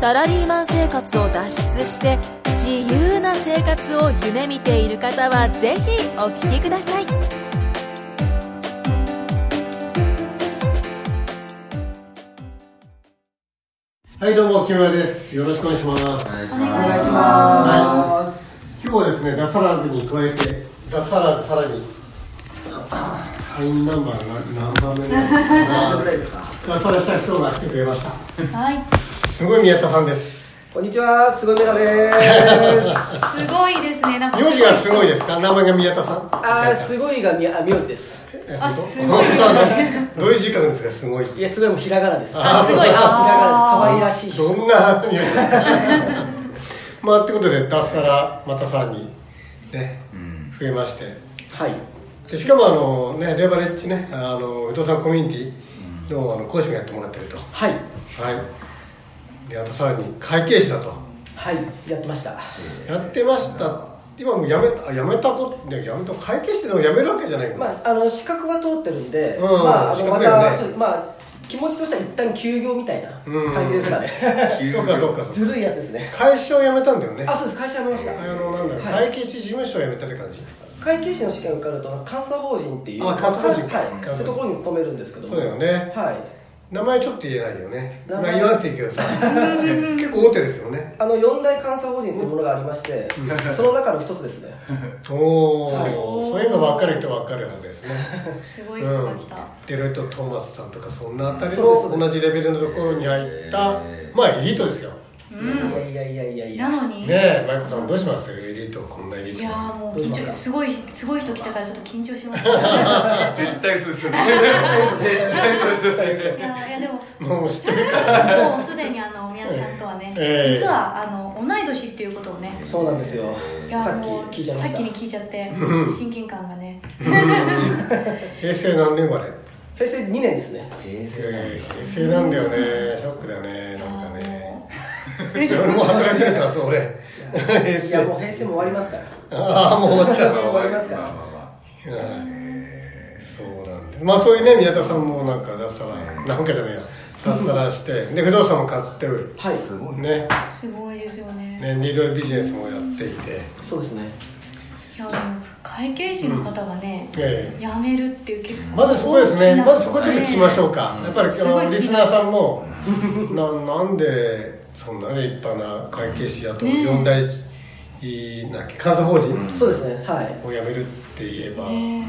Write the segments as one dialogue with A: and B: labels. A: サラリーマン生活を脱出して自由な生活を夢見ている方はぜひお聞きください
B: はい、どうも、木村です。よろしくお願いします。はい、
C: お願いしま
B: 今日はですね、脱サラーズに加えて、脱サラーズさらに、サインナンバーな何番目なのかな脱サラした人が来てくれました。
C: す。はい。
B: すごい宮田さんです。
D: こんにちは、すごいメガです。
C: すごいですね。なんか
B: 名字がすごいですか名前が宮田さん
D: あー、すごいがみ、あ、名字です。
B: え
C: あ
B: 本当
C: すごい
B: どういう字書くんですかすごい。
D: いや、すごいもうひらがなです。
C: あすごい
D: ひらが
C: あ
D: なです。可愛らしい。
B: どんな匂いですか まあ、ということで、脱サラ、またさらに、ね、増えまして。
D: はい。
B: でしかもあの、ね、レバレッジねあの不動産コミュニティの,、あの講師がやってもらってると
D: はい。
B: はいであとさらに会計士だと
D: はい、やってました。
B: やってました今もうやめあやめたことねやめた会計士ってでもやめるわけじゃないの、
D: まあ、あの、資格は通ってるんで、
B: うん
D: まあ、あ
B: 資
D: の、
B: 格
D: ま
B: だよね
D: た、そうまあ。気持ちとしては一旦休業みたいな感じですかね。
B: そうかそうかそ
D: ず
B: うか
D: るいやつですね。
B: 会社を辞めたんだよね
D: あ、そうです。会社辞めました。
B: あのなんだろう、
D: は
B: 会
D: い
B: 計士事務所を辞めたって感じ
D: 会計士の試験を受かると、監査法人っていう。
B: あ監査法人
D: はい。
B: 監査法人
D: そういうところに勤めるんですけども。
B: そうだよね
D: はい。
B: 名前ちょっと言えないよね、
D: 名
B: ま
D: 前
B: あ、言わなくていいけ どさ結構大手ですよね
D: あの四大監査法人というものがありまして、その中の一つですね。
B: おお、
D: はい
B: そういうの分かる人は分かるはずですね
C: すごい人
B: う
C: が
B: ん
C: 来た。、
B: デロイト・トーマスさんとかそんなあたり
D: そうです
B: の
D: そうです
B: 同じレベルのところに入った
E: へー
B: まあエリートですよね
C: うん。
D: いやいやいやいやいや。
C: なのに。
B: え舞子さんどうしますエリートこんなエリー
C: い
B: ト
C: やーもう
D: どうし
C: 緊
D: ます
C: 張
D: か
C: すごいすごい人来たからちょっと緊張 しました。い
E: 絶対そうですよね絶対そうですよね
C: やいやでも。
B: もう知ってる か
C: もうすでにあの宮田さんとはね、
B: ええ
C: 実はあの同い年っていうことをね、
D: そうなんですよ。
C: いや
D: さっ
C: もう
D: き聞いちゃいました。
C: さっきに聞いちゃって、親近感がね、
B: 平成何年生まれ、
D: 平成二年ですね。
E: 平
B: えー平成なんだよねショックだよねなんかね
C: いや
B: 俺もう 働いてるからそう俺平
D: いやもう
B: 成
D: 平成も終わりますから。
B: ああもう終わっち ゃう
D: 終わりますから
E: まあまあま
B: うんそうなんですまあそういうね宮田さんもなんか脱サラなんかじゃねえや脱サラしてで不動産も買ってる
D: はい。
E: あすごいね
B: ね
C: すごいですよね。
B: ねニードルビジネスもやっていて
D: そうですね。
C: いやでも会計士の方がね、
B: ええ
C: 辞めるっていう結構
B: まずそこです
C: 大き
B: ね、
C: な
B: まずそこちょっと聞きましょうか、やっぱりあ
C: すごい
B: のリスナーさんも、 ななんでそんなね立派な会計士やと、
C: ね
B: 四大いいなんだっけ監査法人
E: ん
D: そうですね。はい。
B: を辞めるって言えば、ね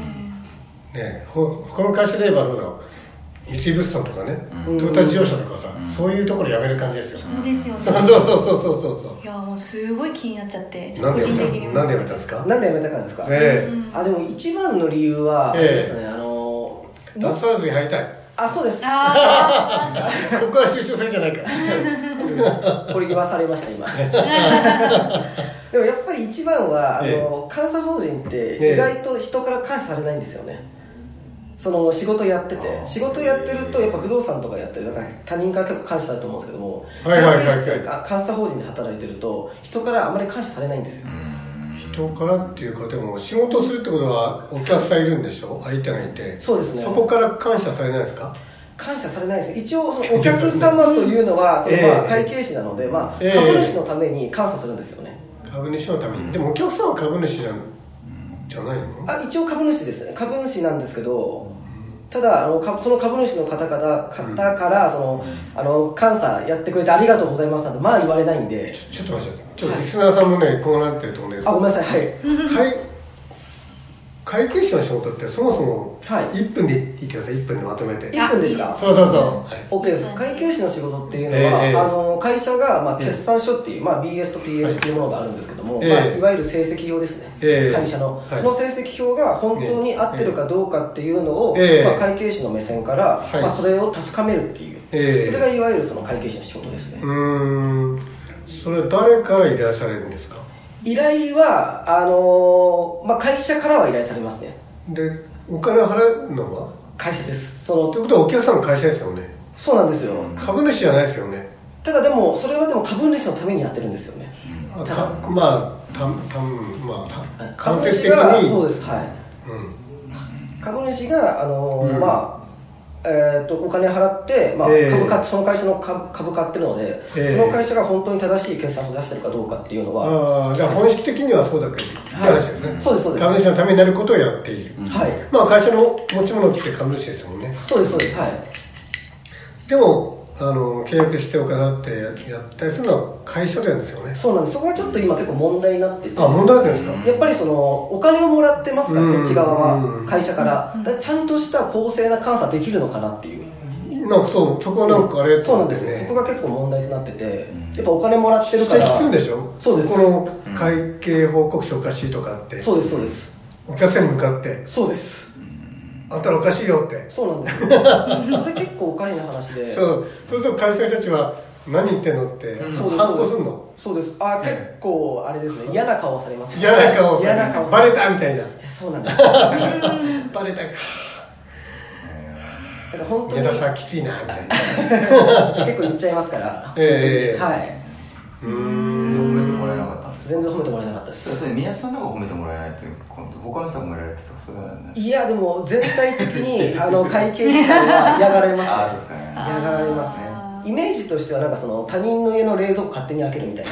C: ね
B: ほ他の会社で言えばどうだろう、三井物産とかね、
D: うん
B: トヨタ自動車とかさ、そういうところ辞める感じですよ、
C: そうですよ
B: そう
C: ね
B: そうそうそうそうそ
C: いやもうすごい気になっちゃって
B: う、なん
C: 個
B: で辞
C: 人的
B: め
C: に
B: た
C: も
B: なんで辞めたんですか、ね
D: なんで辞めたかですか。
B: え
D: あでも一番の理由はあ
B: ええ
D: れですね。あの
B: 脱サラズに入りた い、
D: あそうです。
C: あ
B: ここは就職先じゃないから、
D: これ言わされまし た今。 でもやっぱり一番は、
B: ええ
D: あの監査法人って
B: ええ
D: 意外と人から感謝されないんですよね、その仕事やってて
E: ああ
D: 仕事やってるとやっぱ不動産とかやってるだから他人から結構感謝だと思うんですけども
B: はいはいはいはい
D: 関係者ってか監査法人で働いてると人からあまり感謝されないんですよ、
B: 人からっていうかでも仕事するってことはお客さんいるんでしょ相手がいて
D: そうですね
B: そこから感謝されないですか
D: 感謝されないです一応そのお客様というのはそ の
B: ええ
D: まあ会計士なので、まあ、
B: ええ
D: 株主のために感謝するんですよね
B: 株主のために、でもお客さんは株主じゃんじゃないの
D: あ一応株主ですね株主なんですけどただあのかその株主の方々方からその、あの監査やってくれてありがとうございますなんてまあ言われないんで
B: ちょっと待ってちょっとリスナーさんもねこうなってると思うんだ
D: あごめ
B: け
D: んなさいはい
B: ど会会計士の仕事ってそもそも
D: はい
B: 1分で言ってください1分でまとめて、
C: や
D: 1分ですか
B: そうそうそう、
D: OK です会計士の仕事っていうのは、
B: ええ
D: あの会社が、まあ、
B: ええ
D: 決算書っていう、まあ、BS と PM っていうものがあるんですけども、
B: ええ
D: まあ、いわゆる成績表ですね、
B: ええ
D: 会社の、
B: はい
D: その成績表が本当に合ってるかどうかっていうのを、
B: ええ
D: まあ、会計士の目線から、
B: はい
D: まあ、それを確かめるっていう、
B: ええ
D: それがいわゆるその会計士の仕事ですね、
B: うーんそれ誰から依頼されるんですか
C: ー
D: 依頼はあのーまあ、会社からは依頼されますね
B: でお金払うのは
D: 会社ですそ
B: とい
D: の
B: うことはお客さんの会社ですよね
D: そうなんですよ、
B: 株主じゃないですよね
D: ただでもそれはでも株主のためにやってるんですよね、
B: あ
D: た
B: た
D: だ
B: まあたたまあた間
D: 株
B: 接
D: 主
B: 的
D: が
B: に
D: そうですはい
B: うん
D: 株主があのー、
B: うん
D: まあえー、とお金払って、まあ
B: ええ
D: 株価その会社の株株買ってるので、
B: ええ
D: その会社が本当に正しい決算を出してるかどうかっていうのは、
B: ああじゃあ本質的にはそうだけどって
D: はい
B: 話ですね
D: そうですそうです
B: 株主のためになることをやっている
D: はい
B: まあ会社の持ち物って株主ですもんね
D: そうですそうですはい
B: でもあの契約してお金払ってやったりするのは会社でなんですよね
D: そうなんですそこがちょっと今結構問題になってて
B: あ問題あるんですか、
D: やっぱりそのお金をもらってますから
B: うん
D: こっち側
B: う
D: は
B: ん
D: 会社からだからちゃんとした公正な監査できるのかなっていう
B: なんかそうそこはなんかあれ
D: そうなんです
B: ね
D: ねそこが結構問題になっててやっぱお金もらってるから
B: 指摘するんでしょ
D: そうです
B: この会計報告書おかしいとかあって
D: そうですそうです
B: お客さんに向かって
D: そうです
B: あんたらおかしいよって
D: そうなんですよ それ結構おかしな話で
B: そうそうすると会社の人たちは何言ってんのって、
D: そうです
B: 反抗すんの
D: そうですあ結構あれですね嫌な顔されますね
B: 嫌な顔
D: 嫌な顔
B: バレ
D: た
B: たみたいな
D: そうなんですだか
B: バレたから
D: 本当
B: 宮
D: に
B: 田
D: 結
B: さんきついなみたいな
D: 構言っちゃいますから
B: ええ
D: はい
B: うん
E: 褒めてもらえなかったんです
D: 全然褒めてもらえなかったです
E: それ宮津さんの方が褒めてもらえないっていうこと他の人が褒められてたとかそういうのはね
D: いやでも全体的 にあの会計自体は嫌がられますね
E: ああそうですかね
D: 嫌がられますね
C: あー
D: イメージとしてはなんかその他人の家の冷蔵庫勝手に開けるみたい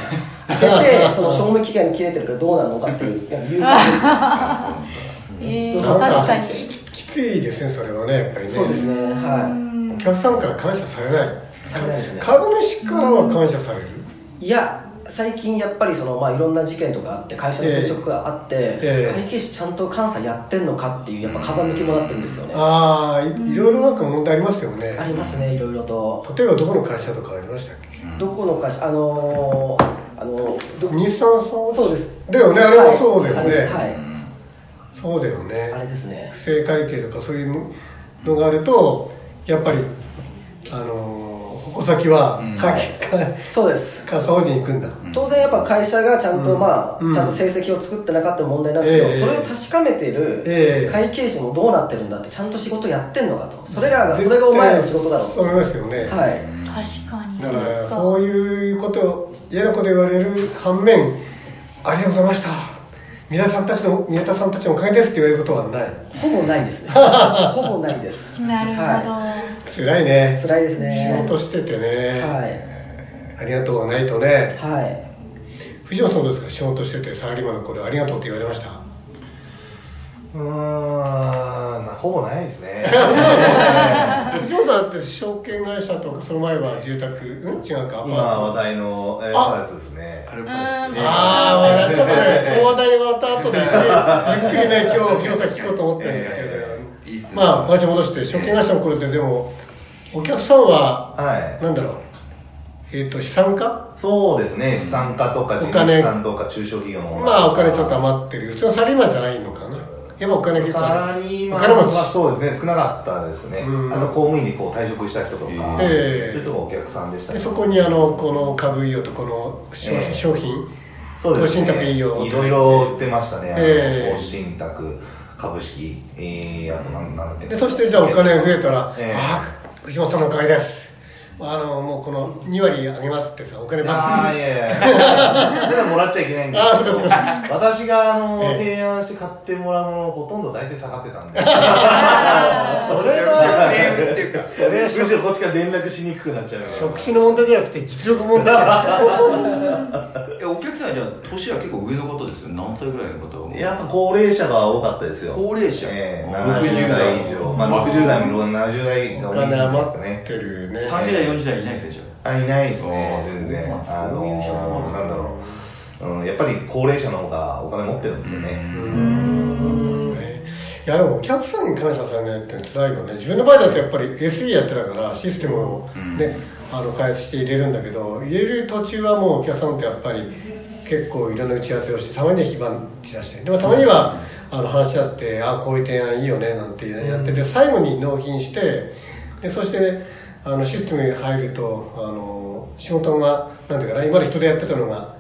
D: な 開けてその賞味期限切れてるからどうなのかっていうなんか言う感じですね
C: え
D: どう
C: ー、
D: ぞ
C: 確かに
B: ききついですねそれはねやっぱりね
D: そうですね
C: う
D: は
C: ん
B: お客さんから感謝されない
D: いされないですね
B: 株主からは感謝される、
D: いや最近やっぱりその、まあ、いろんな事件とかあって会社の転職があって、
B: ええ
D: 会計士ちゃんと監査やってんのかっていうやっぱ風向きもなってるんですよね、
B: ああいいろいろなんか問題ありますよね
D: ありますねいろいろと
B: 例えばどこの会社とかありましたっけ
D: どこの会社あのー、あのーど
B: 日産さん
D: そうです
B: だよねあれはそうだよ
D: はいあれで
B: ね、
D: すはい
B: そうだよね
D: あれですね
B: 不正会計とかそういうのがあるとやっぱりあのー矛先は
E: うん
B: 会
D: そうです
B: 計監査法人行くんだ、
D: 当然やっぱ会社がちゃんと、
B: うん
D: まあ
B: うん
D: ちゃんと成績を作ってなかったら問題なんですけど、
B: ええ
D: それを確かめてる
B: ええ
D: 会計士もどうなってるんだってちゃんと仕事やってんのかとそれらがそれがお前らの仕事だろ
B: そう思いますよね、
D: うはい
C: 確かに
B: だからそういうことを嫌なこと言われる反面ありがとうございました皆さんたちの宮田さんたちのおかげですって言われることはない
D: ほぼな いですねほぼないです
C: なるほど、
B: 辛いね
D: 辛いですね
B: 仕事しててね、
D: はい
B: ありがとうがないとね
D: はい
B: 藤本さんどうですか仕事しててサラリーマンの頃ありがとうって言われました
F: うーんほぼないですね
B: 藤本さんって証券会社とかその前は住宅うん違うか
F: 今話題のえー
B: あ
F: パレスですね
E: あれ
C: うん
B: ああ笑 っちゃったねその話題が終わった後でゆっくりね今日藤本さん聞こうと思ったんですけど、
E: いいっすね
B: まあ話戻して証券会社の頃ってでもお客さんは
F: はい
B: なんだろうえっ、と資産家
F: そうですね資産家とか
B: お
F: 地
B: 金
F: 主さんとか中小企業の
B: まあお金ちょっと余ってる普通のサラリーマンじゃないのかなやっぱお金結構
F: サ
B: あ
F: ラ
B: る
F: リー
B: お
F: マン
B: 金持ち
F: はそうですね少なかったですね
B: うん
F: あと公務員にこう退職した人とかそう
B: ええ
F: いうとこお客さんでした
B: で
F: ね
B: そこにあのこの株いいよとこの商品,、
F: ええ
B: 商品
F: そうですね
B: 投資信託いいよ
F: いろいろ売ってましたねあの
B: ええ
F: 投資信託株式えーあとなんなんだっけ
B: でそしてじゃあお金増えたら「
F: ええ
B: ああ藤本さんのおかげです」あのもうこの2割あげますってさお金
F: あ
B: ば
F: あいやいや それはもらっちゃいけないんで
B: あー
F: す
B: そ
F: け
B: う
F: ど
B: かそう
F: 私があの
B: ええ
F: 提案して買ってもらうものほとんど大体下がってた んで
B: そ
F: そ
B: れ
F: れ
B: が
F: が
E: クレームっていうか
F: それはむしろこっちから連絡しにくくなっちゃうから
B: 職種の問題じゃなくて実力問題だ
E: えお客さんはじゃあ年は結構上の方ですよね何歳ぐらいの方が
F: やっぱ高齢者が多かったですよ
E: 高齢者
F: ええ
E: 60
F: 70代以上、まあ、60代も70代が
B: お
F: 多いんじ
B: 金
F: ゃ
B: 余
F: ないですか
B: っ
F: ね
B: てるね
E: 30代40代いないですねじゃ
F: あいないですね
E: あー
F: 全然
E: そう
F: あ
E: そういう職場
F: の
E: なんだ
F: なんだろう、うん、やっぱり高齢者の方がお金持ってるんですよね、
B: ねいやでもお客さんに感謝されないって辛いよね自分の場合だとやっぱり SE やってたからシステムをね、あの開発して入れるんだけど入れる途中はもうお客さんとやっぱり結構いろんな打ち合わせをしてたまには非番散らしてでもたまには、あの話し合ってああこういう提案いいよねなんてやってて、最後に納品してでそしてあのシステムに入るとあの仕事がなんていうかな今まで人でやってたのが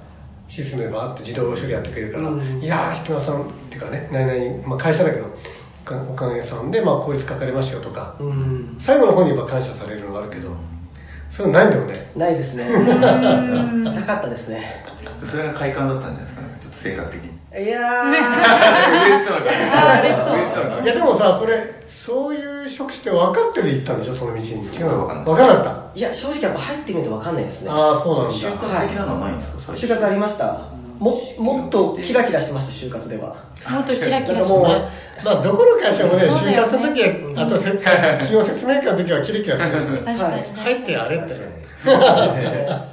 B: システムがあって自動処理やってくれるから、
D: うん
B: いやー、敷間さんっていうかね、何々、まあ、会社だけど、かおかげさんで、まあ、効率かかりましたよとか、
D: うん
B: 最後の方にやっぱ感謝されるのはあるけど、そういうのないんだよね。
D: ないで すね
C: うん
D: なかったですね
G: それが快感だったんじゃないですかねちょっと性格的に
D: いや
G: 嬉しそうな
C: あ
G: 感
C: ー
G: じ
C: 嬉しそう
G: 嬉しそうな感
B: い
G: じ
B: や、でもさ、それ、そういう職種って分かってで行ったんでしょ、その道に。違うの
G: 分かんない
B: 分からなかっ
D: ーいや正直やっぱ入ってみると分かんないです
B: た。
D: ね
B: ああ、そうなんだ。
E: 就活的なのはないんですか
D: 就活ありましたももっとキラキラしてました就活では
C: もっとキラキ
D: なん
C: ラ
D: か
C: して
D: も
C: な
D: う
C: い
B: まあ、どこの会社もね、
C: そうだ
B: 就
C: よね
B: 活の時は、あと せ、企業説明会の時はキラキラするんですよ。
C: 確かにね
B: 入ってあれって。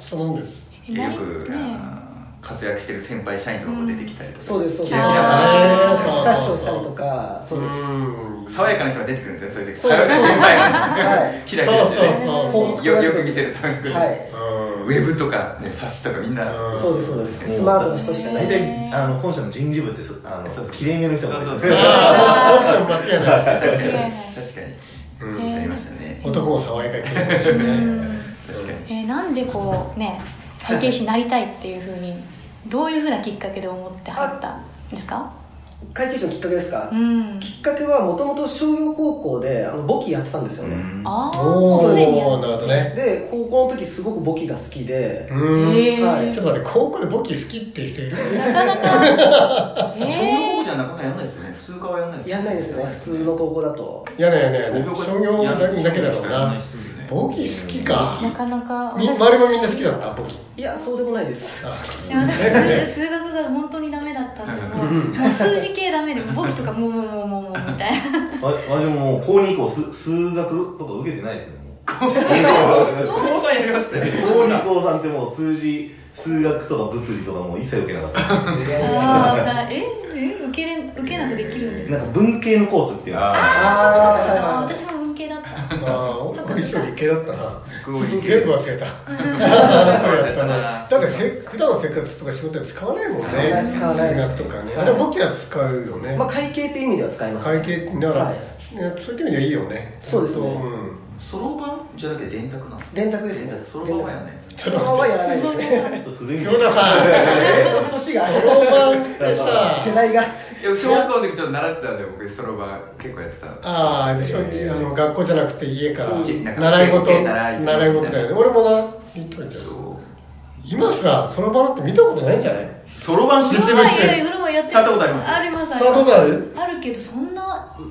B: そのもんです。
C: いない
G: よく、
C: ね
G: あー活躍してる先輩社員とかも出てきたりとか
D: そうですそうです
G: キラキラ
B: あー
D: なんかスカッシュをしたりとかそう
B: う
D: で
B: ん。
G: 爽やかな人が出てくるんですよそういう時
D: そうです
G: 先輩が
D: はい
G: ねキラキラしてね
B: そうそうそう。
G: よよく見せるために、
D: すはい
G: ウ
B: う
G: ェブとか、ね、冊子とかみんな、
B: うん
D: そうですそうですスマートな人しかな
F: 大
D: い
F: 体あの本社の人事部ってそあのきれいめの人が多いです
B: ん。
F: ね
B: ああ、どっちも間違いないで
G: 確かに
C: 間違いない
G: 確かに
B: うん
G: ありましたね
B: す。男も爽やか系だし
C: う
B: ね。
C: ん
G: 確かに
C: えーなんでこうね会計士になりたいっていうふうにどういうふうなきっかけで思ってはったんですか
D: 会計士のきっかけですか、
C: うん
D: きっかけはもともと商業高校であの簿記やってたんですよね、
G: うん
C: ああ
B: お
C: す
B: お、な
C: でに
B: る
C: や
B: ほ
C: る
B: どね。
D: で高校の時すごく簿記が好きで、
B: うん。
C: えー
D: はい
B: ちょっと待って、高校で簿記好きっていう人いる
C: なかな か
G: 商業
C: え
G: じゃなかなかやんないですよね普通科はやんないです
D: やんないですね普通の高校だと
B: 嫌だよね。商
G: 商
B: 業
G: 業
B: だけだろう
G: やんい
B: な
G: っ。すよね
B: 簿記好き
C: ー
B: か。
C: なかなか
B: み周りもみんな好きだった簿記。
D: いやそうでもないです
B: あ
C: いや私
B: ですね
C: 数数学が本当にダメだったんでもう
G: う
C: もう数字系ダメで簿記とかもうもうもうもうもうみ たいな
F: わ私ももう高2以降す数学とか受けてないですよもう
G: 高三やりますね
F: 高2高3ってもう数字数学とか物理とかもう一切受けなかった
C: あーだええ受けれん受けなくできるんです
F: なんか文系のコースっていうの
G: あ
D: あー
C: あ
D: はいはい
C: 私も文系だった
B: ああ、
C: そっか
B: 俺一応理系だったな。
G: ー僕も理系
B: 全 部忘れた。これやったな。だってせ普段の生活とか仕事で使わないもんね。
D: 使わない使わない
B: 数学とかね。あでも簿記は使うよね
D: まあ。会計っていう意味では使います
B: 会計ってだから、
D: はい
B: ねそういった意味ではいいよね。
D: そうですね
B: うん
G: そろばんじゃなくて電卓なんです
D: 電卓ですね
G: そろばんはやんないです
D: 電卓そのままやらないですね
F: ちょっと古いんで
B: 京田さ
D: 年が
B: ん、評判ってさ
D: 世、代が
G: いや小学校の時ちょっと習ってたんで僕そろばん結構やってた
B: ああ、私はあの学校じゃなくて家から
G: うん
B: 習い事、
G: 習い事
B: 習い事だよね。俺もな、言っといたよ
G: そう
B: 今さ、そろばんって見たことないんじゃない
G: そろばん知
C: 風
G: っ
C: 呂
G: て
C: 場
G: ま
C: 以
G: す
C: 外風呂場やって
G: 触ったことあります
C: ありま
B: さ
C: す
B: あ、どうだる
C: あるけどそんな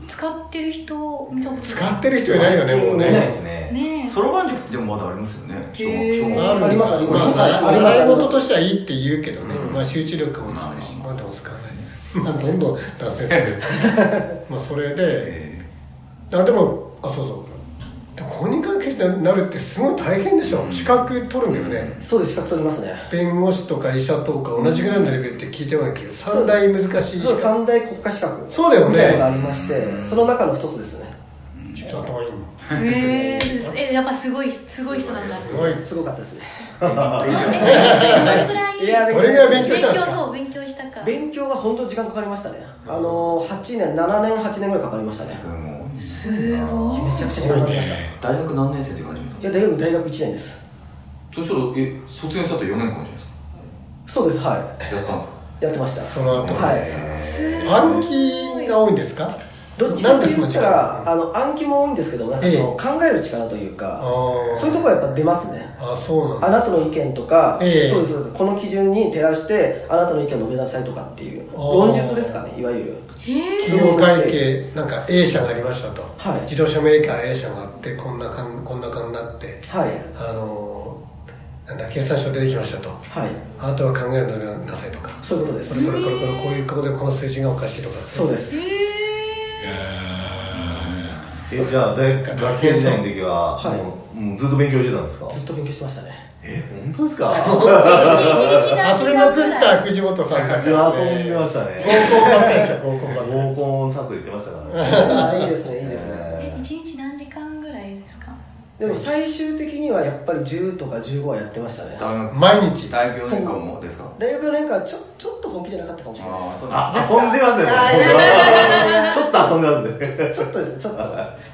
C: 使ってる人見たことない
B: 使ってる人いないよね、もう
F: ないで
B: ね。
F: すね
C: ねえ
G: そろばん塾ってでもまだありますよね小
C: へー
G: 小
C: あ
D: りますあります
B: まあ
D: あります
B: 習い事としてはいいって言うけどね、
G: うん
B: まあ集中力もつくし、まあでも使わない。まあどんどん脱線する。まあそれで、
G: え
B: あでも、あ、そうそう。でも公認関係者になるってすごい大変でしょ。資格取るんだよね。
D: そうです資格取りますね
B: 弁護士とか医者とか同じぐらいのレベルって聞いてもらうけど、三大難しい資
D: そう
B: 格。
D: 三大国家資格
B: そうだよね
D: みたいなのがありましてその中の一つですね
B: ちょっと頭いいの
C: へ ええやっぱすごいすごい人なんだ
B: すごい。
D: すごかったですね
C: えどれぐらい
D: いや
B: どれぐらい勉強し
C: 勉
B: たんです
C: 強
B: か
C: そう勉強したか
D: 勉強が本当に時間かかりましたねあの8年7年8年ぐらいかかりましたね
G: ーもう
C: すごい
D: めちゃくちゃ時間かかりましたい
G: 大学何年生で始めたの
D: や大学大学1年です
G: そしたらえ卒業したって4年間じゃな
D: そうですはい
G: いですかやったんですか
D: やってました
B: その後
D: はい
B: 暗記が多いんですか
D: どっちかって言
B: なん
D: っ
B: でそ
D: た
B: んな
D: らあの暗記も多いんですけどなんかその考える力という
B: あ
D: か
B: ー
D: そういうところはやっぱ出ますね
B: あそうなんだ
D: あなたの意見とか、
B: ええ
D: そうですそうですこの基準に照らしてあなたの意見を述べなさいとかっていう
B: あー
D: 論述ですかねいわゆる
C: へえ
B: 企業会計なんか A 社がありましたと、
D: はい
B: 自動車メーカー A 社があってこんなかんこんな感じになって
D: はい
B: あのーなんだ計算書出てきましたと
D: はい
B: あとは考えるのなさいとか
D: そういうことで
B: こ
D: す
B: れこれこれこれこういうことでこの数字がおかしいとか
D: そう
B: で
D: です
F: えじゃあ大学学生時代の時は、
D: はい
F: もうもうずっと勉強してたんですか
D: ずっと勉強してましたね
F: え本当ですか
C: 一日何
B: あそれまくっ
C: 時間
B: た藤本さんだから、ね、
F: 遊んでました ね
B: 合コンばっかりでした合コンばっかり
F: 合コンサークル行ってましたからね
D: あーいいですねいいですね
C: え
F: え
C: 一日何時間ぐらいですか
D: でも最終的にはやっぱり10とか15はやってましたね
G: 大学
B: 毎日
G: 大学4年間もですか
D: 大学4年間はちょちょっと本気じゃなかったかもしれないです
G: あーそうなん
F: ー遊んでますよ
D: あーいやい
F: ちょっと遊んでます ね
D: ちょっとですね、ちょっと、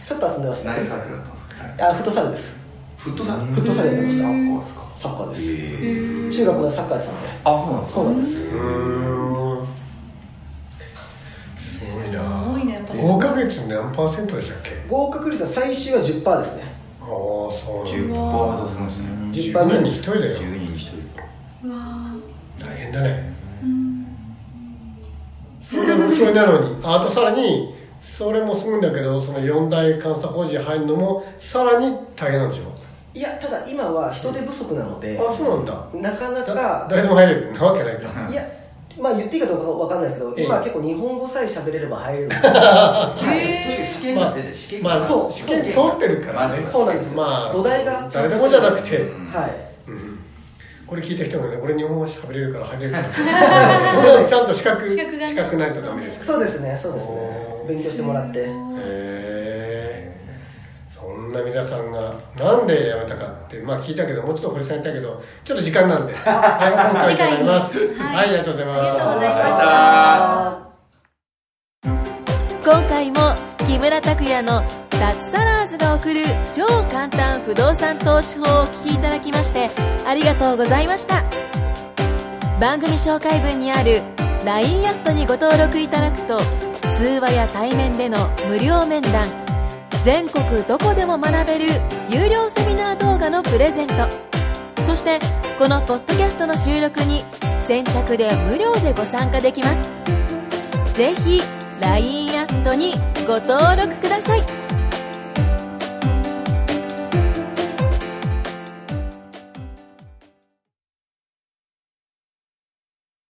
D: ちょっと遊んでました、
G: 何
D: ね
G: サ。ークルだったんですか
D: あ、フットサルです。
G: フ
E: フットサル
D: フットサルやってました
E: サッカーですか
D: サッカーです、
E: え
D: 中学のサッカーやってたんで
E: あそうなんですか
D: そうなんです
B: うーんすごいな
C: 多いねやっぱ
B: 合格率何パーセントでしたっけ
D: 合格率は最終は10%ですね
B: ああそうなん
E: 10
B: だ
E: パー目指すんですね
D: 10%ぐら
B: 10人に
D: い
B: 1人だよ
E: 10人に1人
C: うわ
B: 大変だね
C: ーうん
B: それもそれなのにあとさらにそれもすごいんだけどその四大監査法人入るのもさらに大変なんでしょ
D: いやただ今は人手不足なので、
B: あそうなんだ
D: なかな
B: だ
D: か
B: 誰でも入れるなわけないか
D: いやまあ言っていいかどうかわかんないですけど、
B: ええ
D: 今結構日本語さえ喋れれば入れる
E: とにかく試験が出て試験
B: まあ
E: が
B: そう試
D: そう
B: 験通ってるから
E: ま
B: ね
E: あ
D: そうなんですよ、
B: まあ
D: 土台が
B: 誰でもじゃなくて、
E: うん
D: はい
B: うんこれ聞いた人がね俺日本語喋れるから入れるからそんなのちゃんと資格
C: 資格がね
B: 資格ないとダメです
D: そうですねそうですね
B: おー
D: 勉強してもらって
B: へーそんな皆さんがなんで辞めたかってまあ聞いたけどもうちょっと掘り下げたいけどちょっと時間 なんではい今回は終わります
C: 次回に
B: は、
C: はいい
B: ありがとうござい
C: あり
B: ま
C: が
B: す
C: とうございま
G: ありがとうございま
C: し
G: したた
A: 今回も木村拓哉の脱サラーズが送る超簡単不動産投資法をお聞きいただきましてありがとうございました番組紹介文にある LINE アットにご登録いただくと通話や対面での無料面談全国どこでも学べる有料セミナー動画のプレゼントそしてこのポッドキャストの収録に先着で無料でご参加できますぜひ LINE アットにご登録ください